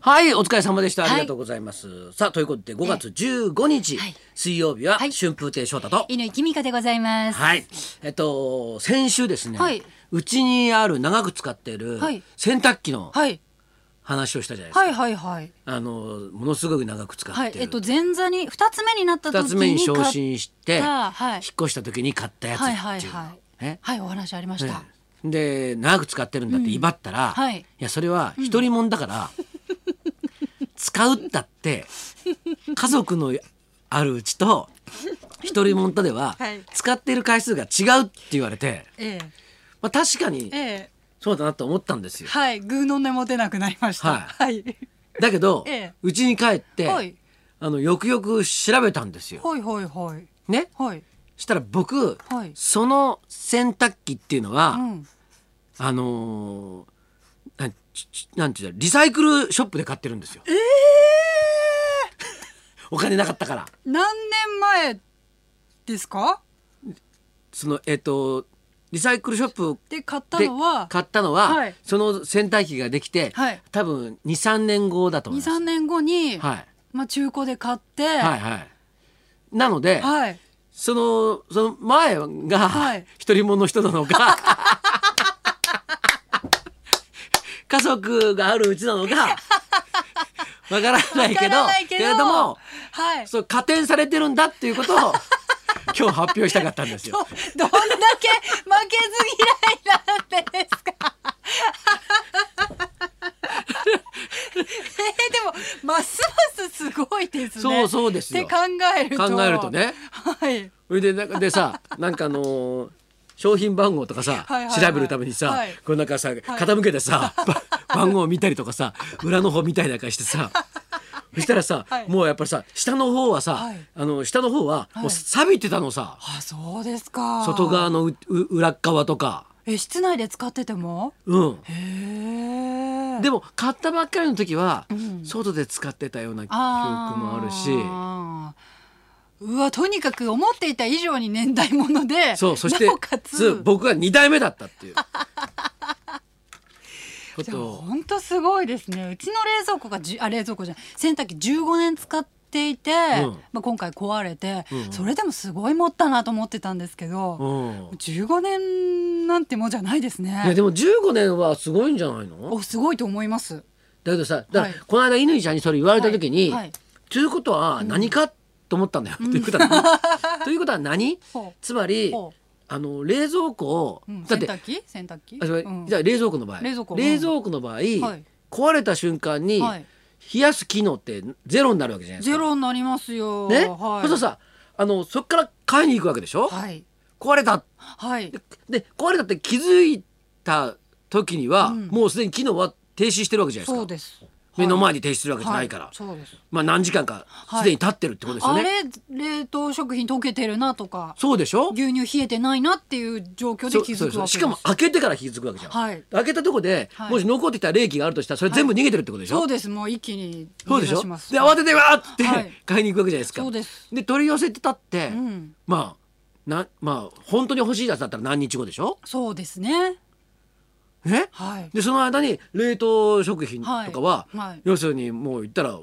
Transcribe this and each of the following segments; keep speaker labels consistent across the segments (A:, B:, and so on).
A: はいお疲れ様でした、
B: はい
A: ありがとうございますさあということで5月15日、
B: はい
A: 水曜日は
B: はい
A: 春風亭昇太と
B: 犬井美香でございます。
A: はいえっと先週ですね、
B: はいう
A: ちにある長く使っている
B: はい
A: 洗濯機の
B: はい、
A: 話をしたじゃないですか、
B: はい、はい、はい。
A: あのものすごく長く使ってる、
B: はい、えっと、前座に二つ目になった
A: 2
B: 時
A: つ目に
B: に
A: 昇
B: 買っ
A: 進して、
B: たは
A: 引っ
B: い
A: 越した時に買ったやつって
B: はいいう
A: の、
B: はいはい
A: ね
B: はい、お話ありました。
A: うんで長く使ってるんだって威張ったら、
B: はい
A: いやそれは一人もんだから、使うったって家族のあるうちと一人もんとでは
B: はい
A: 使ってる回数が違うって言われて、
B: え
A: まあ、確かに
B: え、え
A: そうだなと思ったんです
B: え、
A: よ。
B: はい、ぐうの音も出なくなりました。
A: は
B: はい、
A: だけど
B: ええ
A: うち、に帰って、
B: はい
A: あのよくよく調べたんですよ。
B: ほいほいほい、
A: ね、
B: ほい、
A: したら僕、
B: はい
A: その洗濯機っていうのは、
B: うん、
A: あのー、なんちちなんていうんだリサイクルショップで買ってるんですよ。 お金なかったから
B: 何年前ですか。
A: そのえっ、とリサイクルショップ
B: で、買った
A: で
B: のは、
A: 買ったのは、
B: はい
A: その洗濯機ができて、
B: はい
A: 多分23年後だと思
B: 二
A: います。
B: 三年後に、
A: はい
B: まあ、中古で買って。
A: はい
B: は
A: はいなので、
B: い、 はい、
A: そのその前
B: は
A: が
B: い
A: 一人者の人なの か家族があるうちなのかわからないけどけれども
B: はい。
A: そう加点されてるんだっていうことを今日発表したかったんです
B: ど
A: よ。
B: どんだけ負けず嫌いなんですか。 えー、でもますますすごいですね。
A: そうそうですよ
B: って考えると
A: 考えると。ね。
B: はい。
A: それでなんかで さなんかあのー商品番号とかさ、
B: はいはいはい
A: 調べるためにさ、
B: はい
A: こうなんかさ傾けて さ、ば番号を見たりとかさ裏の方見たりなんかしてさそしたらさ、
B: はい
A: もうやっぱりさ下の方はさ、
B: はい
A: あの下の方は
B: はい
A: もう錆びてたのさ、
B: あそうですか。
A: 外側。のうう裏っ側とか。
B: え室内で使ってても。
A: うん、
B: へえ。
A: で
B: も
A: も買ったばっかりの時は、
B: ん
A: 外で使ってたような記憶
B: あー
A: もあるし。
B: うわとにかく思っていた以上に年代もので
A: そう、そして
B: なおか
A: そう
B: つ
A: 僕が2代目だったっていうこ
B: でも
A: とを
B: 本当すごいですねうちの冷蔵庫がじゅあ冷蔵庫じゃない洗濯機15年使っていて、
A: うん
B: まあ、今回壊れて、
A: うんうん
B: それでもすごい持ったなと思ってたんですけど、
A: うん
B: 15年なんてもんじゃないです
A: いや
B: ね
A: でも15年はすごいんじゃないの
B: おすごいと思います
A: だけどさだか
B: はい
A: らこの間乾ちゃんにそれ言われた時に、
B: はいはい
A: ということは何かと思ったんだよ、ということは何ということは何
B: ほう
A: つまり
B: ほ
A: あの冷蔵庫を、
B: うん、
A: だ
B: 洗
A: って
B: 濯機洗濯機、
A: あそれ
B: うん
A: じゃあ冷蔵庫の場合
B: 冷蔵庫うん
A: 蔵庫の場合、
B: はい
A: 壊れた瞬間に、
B: はい
A: 冷やす機能ってゼロになるわけじゃないです
B: ゼ
A: か。
B: ロになりますよ
A: ね、
B: は
A: そうす
B: い
A: るとさあのそこから買いに行くわけでしょ、
B: はい
A: 壊れた
B: はい
A: で壊れたって気づいた時には、
B: うん
A: もうすでに機能は停止してるわけじゃないですか
B: そうです
A: 目の
B: はい
A: 前に停止するわけじゃないから、
B: はいそうです
A: まあ何時間か
B: い
A: すでに経ってるってことですよ
B: あ
A: ね、
B: れ冷凍食品溶けてるなとか
A: そうでしょ
B: 牛乳冷えてないなっていう状況で
A: そう
B: 気
A: そ
B: づ
A: うそ
B: くわけで
A: う
B: す
A: しかも開けてから気づくわけじゃん、
B: はい
A: 開けたとこで、
B: はい
A: もし残ってきた冷気があるとしたらそれ全部逃げてるってことでしょ、
B: そうですもう一気に
A: そ
B: 逃
A: う
B: げ
A: でし
B: 出
A: ょ
B: します
A: で慌ててわーって、
B: はい
A: 買いに行くわけじゃないですか
B: そうです
A: で取り寄せてたって、
B: うん
A: まあなまあ本当に欲しいやつだったら何日後でしょ
B: そうですね
A: ね
B: はい
A: でその間に冷凍食品とかは、
B: はいはい
A: 要するにもう言ったら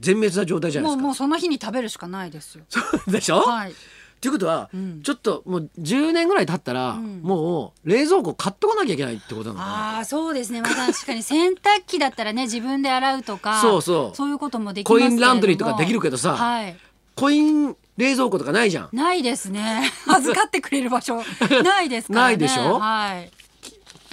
A: 全滅な状態じゃな
B: も
A: いうで
B: もうその日に食べるしかないですよ
A: すか。 そうでしょ、
B: はい
A: っていうことは、
B: うん
A: ちょっともう10年ぐらい経ったら、
B: ん
A: もう冷蔵庫買っとかなきゃいけないってことなの
B: あ
A: か
B: あそうですねまあ確かに洗濯機だったらね自分で洗うと
A: な。
B: か
A: そうそう
B: いうこともでき
A: コ
B: ます
A: イ
B: けれど
A: ン
B: も
A: ランドリーとかできるけどさ、
B: はい
A: コイン冷蔵庫とかないじゃん。
B: ないですね 預かってくれる場所 ないですからね
A: ないでしょ
B: はい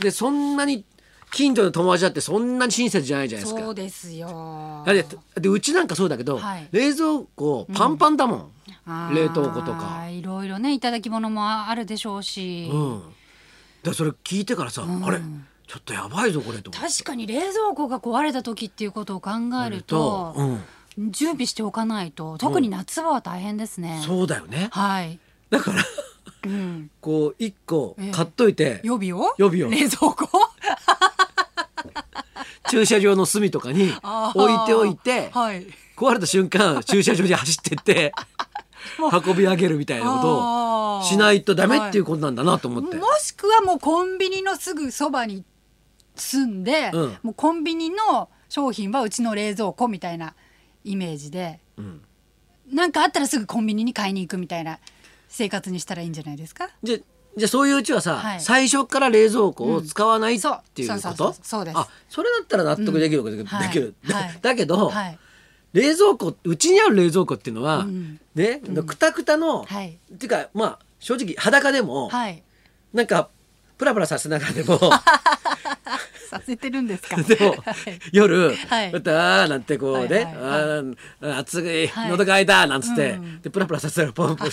A: でそんなに近所の友達だってそんなに親切じゃないじゃないです
B: そ
A: か
B: う。ですよ
A: だってだってうちなんかそうだけど、
B: はい
A: 冷蔵庫パンパンだもん。
B: あー
A: 冷凍庫とか
B: いろいろねいただき物もあるでしょうし、
A: うん。だからそれ聞いてからさ、あれちょっとやばいぞこれと思って。
B: 確かに冷蔵庫が壊れた時っていうことを考えると、
A: うん、
B: 準備しておかないと特に夏場は大変ですね、
A: そうだよね。
B: はい、
A: だから
B: うん、
A: こう一個
B: ええ
A: 買っといて、
B: 予備を
A: 予備を
B: 冷 蔵庫
A: 駐車場の隅とかに
B: あー
A: 置いておいて、
B: はい
A: 壊れた瞬間駐車場に走ってって
B: もう
A: 運び上げるみたいなこ
B: あ
A: とを
B: ー
A: しないとダメっていうことなんだなと思って。
B: もしくはもうコンビニのすぐそばに住んで、
A: うん
B: もうコンビニの商品はうちの冷蔵庫みたいなイメージで
A: うん、
B: なんかあったらすぐコンビニに買いに行くみたいな生活にしたらいいんじゃないですか
A: じゃじゃあそういううちはさ、
B: はい
A: 最初から冷蔵庫を使わないって
B: そう
A: いう
B: そう
A: こ
B: そうそう
A: と
B: そうです
A: あそれだったら納得できるわけだけど、
B: はい
A: だけどだ
B: はい
A: だけど、
B: はい
A: 冷蔵庫うちにある冷蔵庫っていうのは、
B: うん
A: ねくたくたの、
B: はい
A: っていうかまあ正直裸でも、
B: はい
A: なんかプラプラさせながらで も
B: させてるんですか
A: でも
B: はい
A: 夜
B: は
A: 「
B: い
A: うた」なんてこうね
B: はい
A: 「
B: はい
A: あー暑い
B: はい
A: 喉が開いた」なんつって
B: うん
A: でプラプラさせたらポ ンポン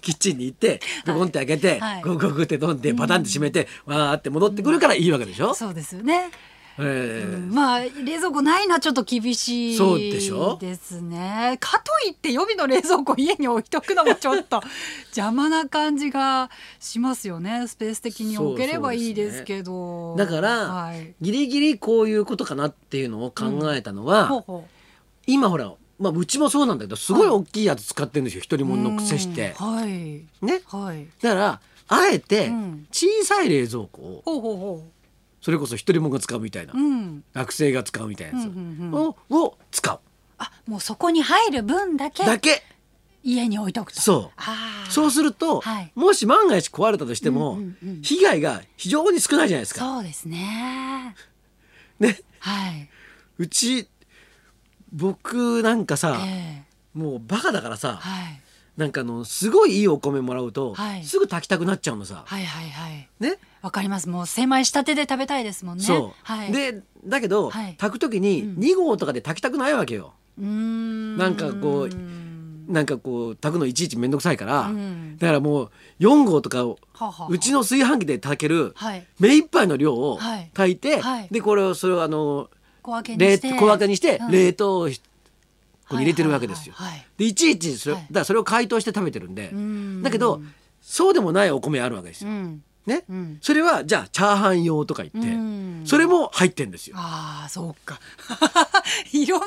A: キッチンに行ってビコンって開けて
B: はい
A: ゴクゴクって飲んでバタンって閉めてわーって戻ってくるからいいわけでしょ
B: そうですよ
A: え
B: ね、う
A: ー
B: んまあ冷蔵庫ないのはちょっと厳しい
A: そうでしょ
B: ですねかといって予備の冷蔵庫を家に置いとくのもちょっと 邪魔な感じがしますよねスペース的に置ければいいですけど
A: だから
B: はい、
A: ギリギリこういうことかなっていうのを考えたの
B: ほう
A: は
B: ほ
A: 今ほらまあうちもそうなんだけどすごい大きいやつ使ってるんですよ一人
B: う
A: もんの癖して
B: うんはい
A: ね
B: はい
A: だからあえて
B: うん
A: 小さい冷蔵庫を
B: ほうほうほ
A: それこそ一人もんが使うみたいな
B: ううん
A: 学生が使うみたいなやつを,、
B: うんうんうん
A: を使
B: あもうそこに入る分だけ
A: うだけ
B: 家に置いとくと
A: そう
B: あー
A: そうすると、
B: はい
A: もし万が一壊れたとしても、
B: うんうんうん
A: 被害が非常に少ないじゃないですか。
B: そうですね
A: ね
B: はい、
A: うち僕なんかさ、
B: ええ
A: もうバカだからさ、
B: はい
A: なんかあのすごいいいお米もらうと、
B: はい
A: すぐ炊きたくなっちゃうのさ。
B: はいはいはい
A: ね
B: わかりますもう精米したてで食べたいですもんね
A: そう、
B: はい、
A: でだけど、
B: はい
A: 炊く時に
B: うん
A: 2合とかで炊きたくないわけよ。
B: うーん
A: なんかこう
B: うん
A: なんかこう炊くのいちいち面倒くさいから、
B: うん
A: だからもう4合とかを
B: はあはあはあ
A: うちの炊飯器で炊ける
B: はい
A: 目いっぱいの量を
B: はい
A: 炊いて、
B: はい
A: でこれをそれをあの
B: 小分けに
A: 冷
B: して
A: 小分けにして
B: うん
A: 冷凍庫に入れてるわけですよ。
B: はいはいはい
A: でいちいちそれ,、
B: はい
A: だからそれを解凍して食べてるんで
B: うーん
A: だけどそうでもないお米あるわけです
B: う
A: よ。
B: ん
A: ね、
B: うん
A: それはじゃあチャーハン用とか言って、
B: うん
A: それも入ってんですよ。
B: ああそうか いろんな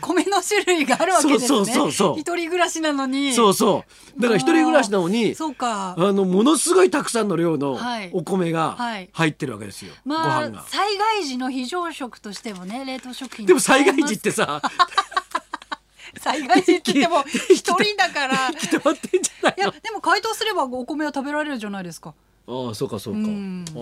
B: 米の種類があるわけですね
A: そうそうそうそう
B: 一人暮らしなのに
A: そうそうだから一人暮らしなのに
B: そうか
A: あのものすごいたくさんの量の
B: はい
A: お米が
B: はい
A: 入ってるわけですよ、
B: ま
A: ご飯が
B: あ。災害時の非常食としてもね冷凍食品
A: でも災害時って さ
B: 災害時って言って も一人だから
A: 来てもらってんじゃない
B: いやでも解凍すればお米は食べられるじゃないですか。
A: のああそうかそうか、
B: うん
A: ああ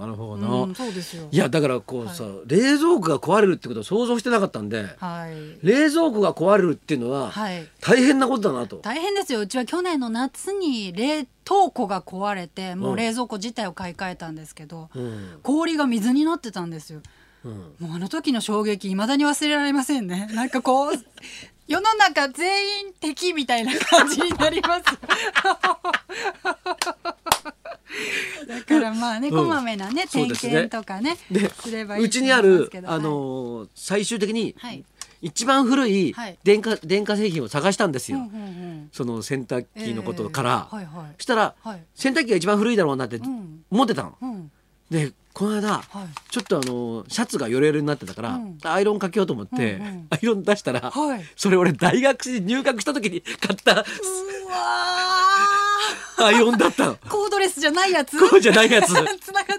A: なるほどな、
B: うん、そうですよ。
A: いやだからこうさ、冷蔵庫が壊れるってことを想像してなかったんで
B: はい。
A: 冷蔵庫が壊れるっていうのは
B: はい。
A: 大変なことだなと、
B: 大変ですよ。うちは去年の夏に冷凍庫が壊れて、もううん冷蔵庫自体を買い替えたんですけど、
A: うん
B: 氷が水になってたんですよ。
A: うん、
B: もうあの時の衝撃未だに忘れられませんね。なんかこう世の中全員敵みたいな感じになります。だからまあね、
A: うん
B: こまめなね、
A: そう
B: 点
A: ですね
B: 検とかね、
A: です
B: ればいいうと
A: ち
B: 思
A: にあ
B: います
A: る
B: けど
A: あ、のー最終的に
B: はい
A: 一番古い
B: はい
A: 電化,、電化製品を探したんです
B: は
A: よ、
B: いうんうんうん
A: その洗濯機のことから、
B: えーはいはい
A: したら、
B: はい
A: 洗濯機が一番古いだろうなって
B: ん
A: 思ってたの。
B: うん
A: でこの間、
B: はい
A: ちょっとあのシャツがヨレヨレになってたから、
B: うん
A: アイロンかけようと思って、
B: うんうん
A: アイロン出したら、
B: はい
A: それ俺大学に入学した時に買 った
B: うわ
A: アイロンだ ったの。
B: ーコードレスじゃないやつ
A: こうじゃないやつ
B: 繋がっ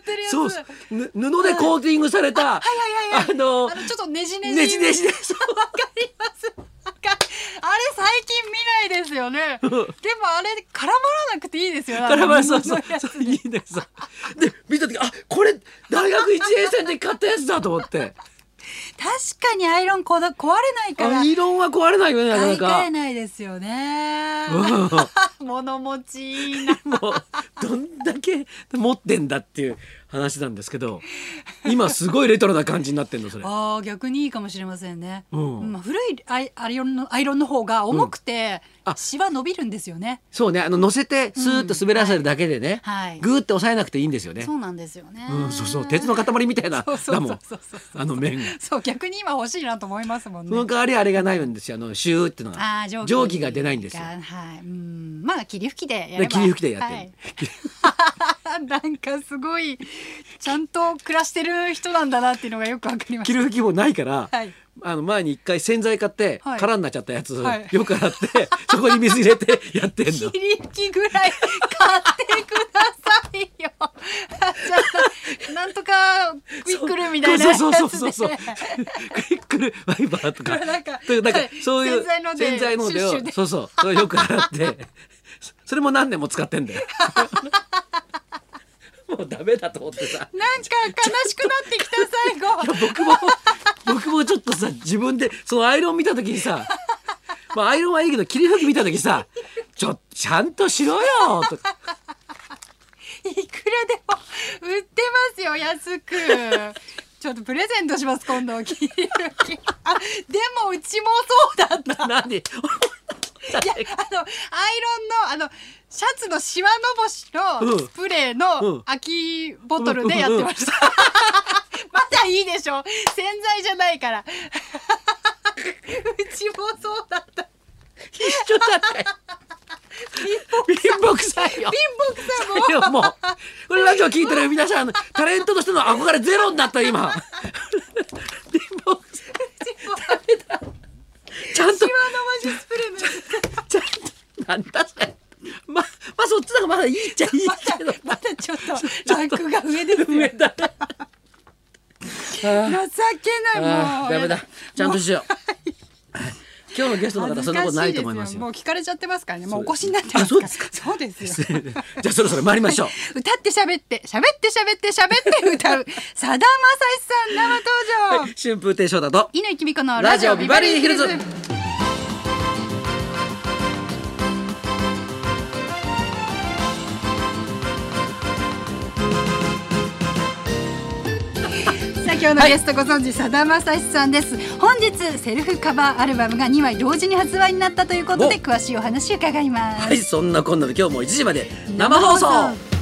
B: てるやつ
A: そうそうぬ布でコーティングされた、
B: はいはいはい
A: あの
B: あのちょっとねじねじ
A: ねじねじでそう
B: わかります。わかあれ最近見ないですよね。でもあれ絡まらなくていいですよ。
A: カラバラそうそう
B: あの布のやつ
A: そういいねさで見た時あこれ大学1年生で買ったやつだと思って
B: 確かにアイロンこだ壊れないから
A: アイロンは壊れないよねなかない
B: 買替え
A: か。
B: ないですよね。 物持ちいいな。
A: もうどんだけ持ってんだっていう話なんですけど今すごいレトロな感じになってんのそれ。
B: ああ逆にいいかもしれませんね。
A: うん
B: まあ古いアイアイロンのアイロンの方が重くて、
A: うんあ
B: シワ伸びるんですよね。
A: そうねあの乗せてスーッと滑らせるだけでね、
B: はい
A: グーって押さえなくていいんですよね。
B: そうなんですよね。
A: うん、そうそう鉄の塊みたいな
B: そうそう
A: だもん
B: そうそうそう
A: あの面が。
B: そう逆に今欲しいなと思いますもんね。
A: その代わりあれがないんですよあのシューってのが
B: あー蒸気
A: 蒸気が出ないんですよ。
B: がはい、うん、まあ霧吹きでやれば。
A: で霧吹きでやってる、
B: はい、 なんかすごいちゃんと暮らしてる人なんだなっていうのがよくわか ります。
A: 霧吹きもないから、
B: はい
A: あの前に一回洗剤買って、
B: はい
A: 空になっちゃったやつ、
B: はい
A: よく洗ってそこに水入れてやってんの。
B: 霧吹きぐらい買ってくださいよ。 じゃあなんとかクイックルみたいなやつで
A: そうそうそうそうそうクイックルワイパーとか
B: なんか
A: というなんかそういう
B: 洗剤ので
A: 洗剤ので
B: シュッシュで
A: そうそうそれをよく洗ってそそれも何年も使って んだよもうダメだと思ってさ
B: なんか悲しくなってきた最
A: い
B: 後
A: や僕も僕もちょっとさ自分でそのアイロン見た時にさまあアイロンはいいけど霧吹き見た時さちょっとちゃんとしろよとか
B: いくらでも売ってますよ安くちょっとプレゼントします今度 切り抜きあでもうちもそうだった
A: 何
B: いやあのアイロンのあのシャツのシワのぼしのスプレー
A: うんう
B: の
A: ん
B: 空きボトルでやってました まだいいでしょ洗剤じゃないから うちもそうだった
A: 一緒じゃない貧乏くさいよ
B: 貧乏くさいも
A: いやもうこれラジオ聞いてる皆さんタレントとしての憧れゼロになった今貧乏くさ
B: う
A: いちゃんと
B: シワのぼしスプレーのやつ
A: ちゃんとなんだそれままあそっちの方がまだいいっちゃいいけど
B: ま だちょっとランクが上ですよ
A: 上だね
B: 情けない
A: あ
B: も
A: ー
B: う
A: ダメだちゃんとしよう今日のゲストの方そんなことないと思います
B: もう
A: よ
B: 聞かれちゃってますからねもうお越しになって
A: あ
B: ま
A: そう
B: す
A: で
B: から
A: すか
B: そうですよ
A: じゃあそろそろ参りま しょう
B: 歌って喋って喋って喋って喋って歌うさだまさしさん生登場
A: 春風亭昇太と
B: 乾きみこの
A: ラ
B: ラ
A: ジ
B: ジ
A: オ
B: オ
A: ビ
B: ビ
A: バ
B: バ
A: リ
B: リ
A: ーヒ
B: ーヒ
A: ル
B: ル
A: ズ
B: ズさあ今日のゲストご存知さだまさしさんです本日セルフカバーアルバムが2枚同時に発売になったということで
A: お
B: 詳しいお話伺います、
A: はいそんなこんなで今日も1時まで生放送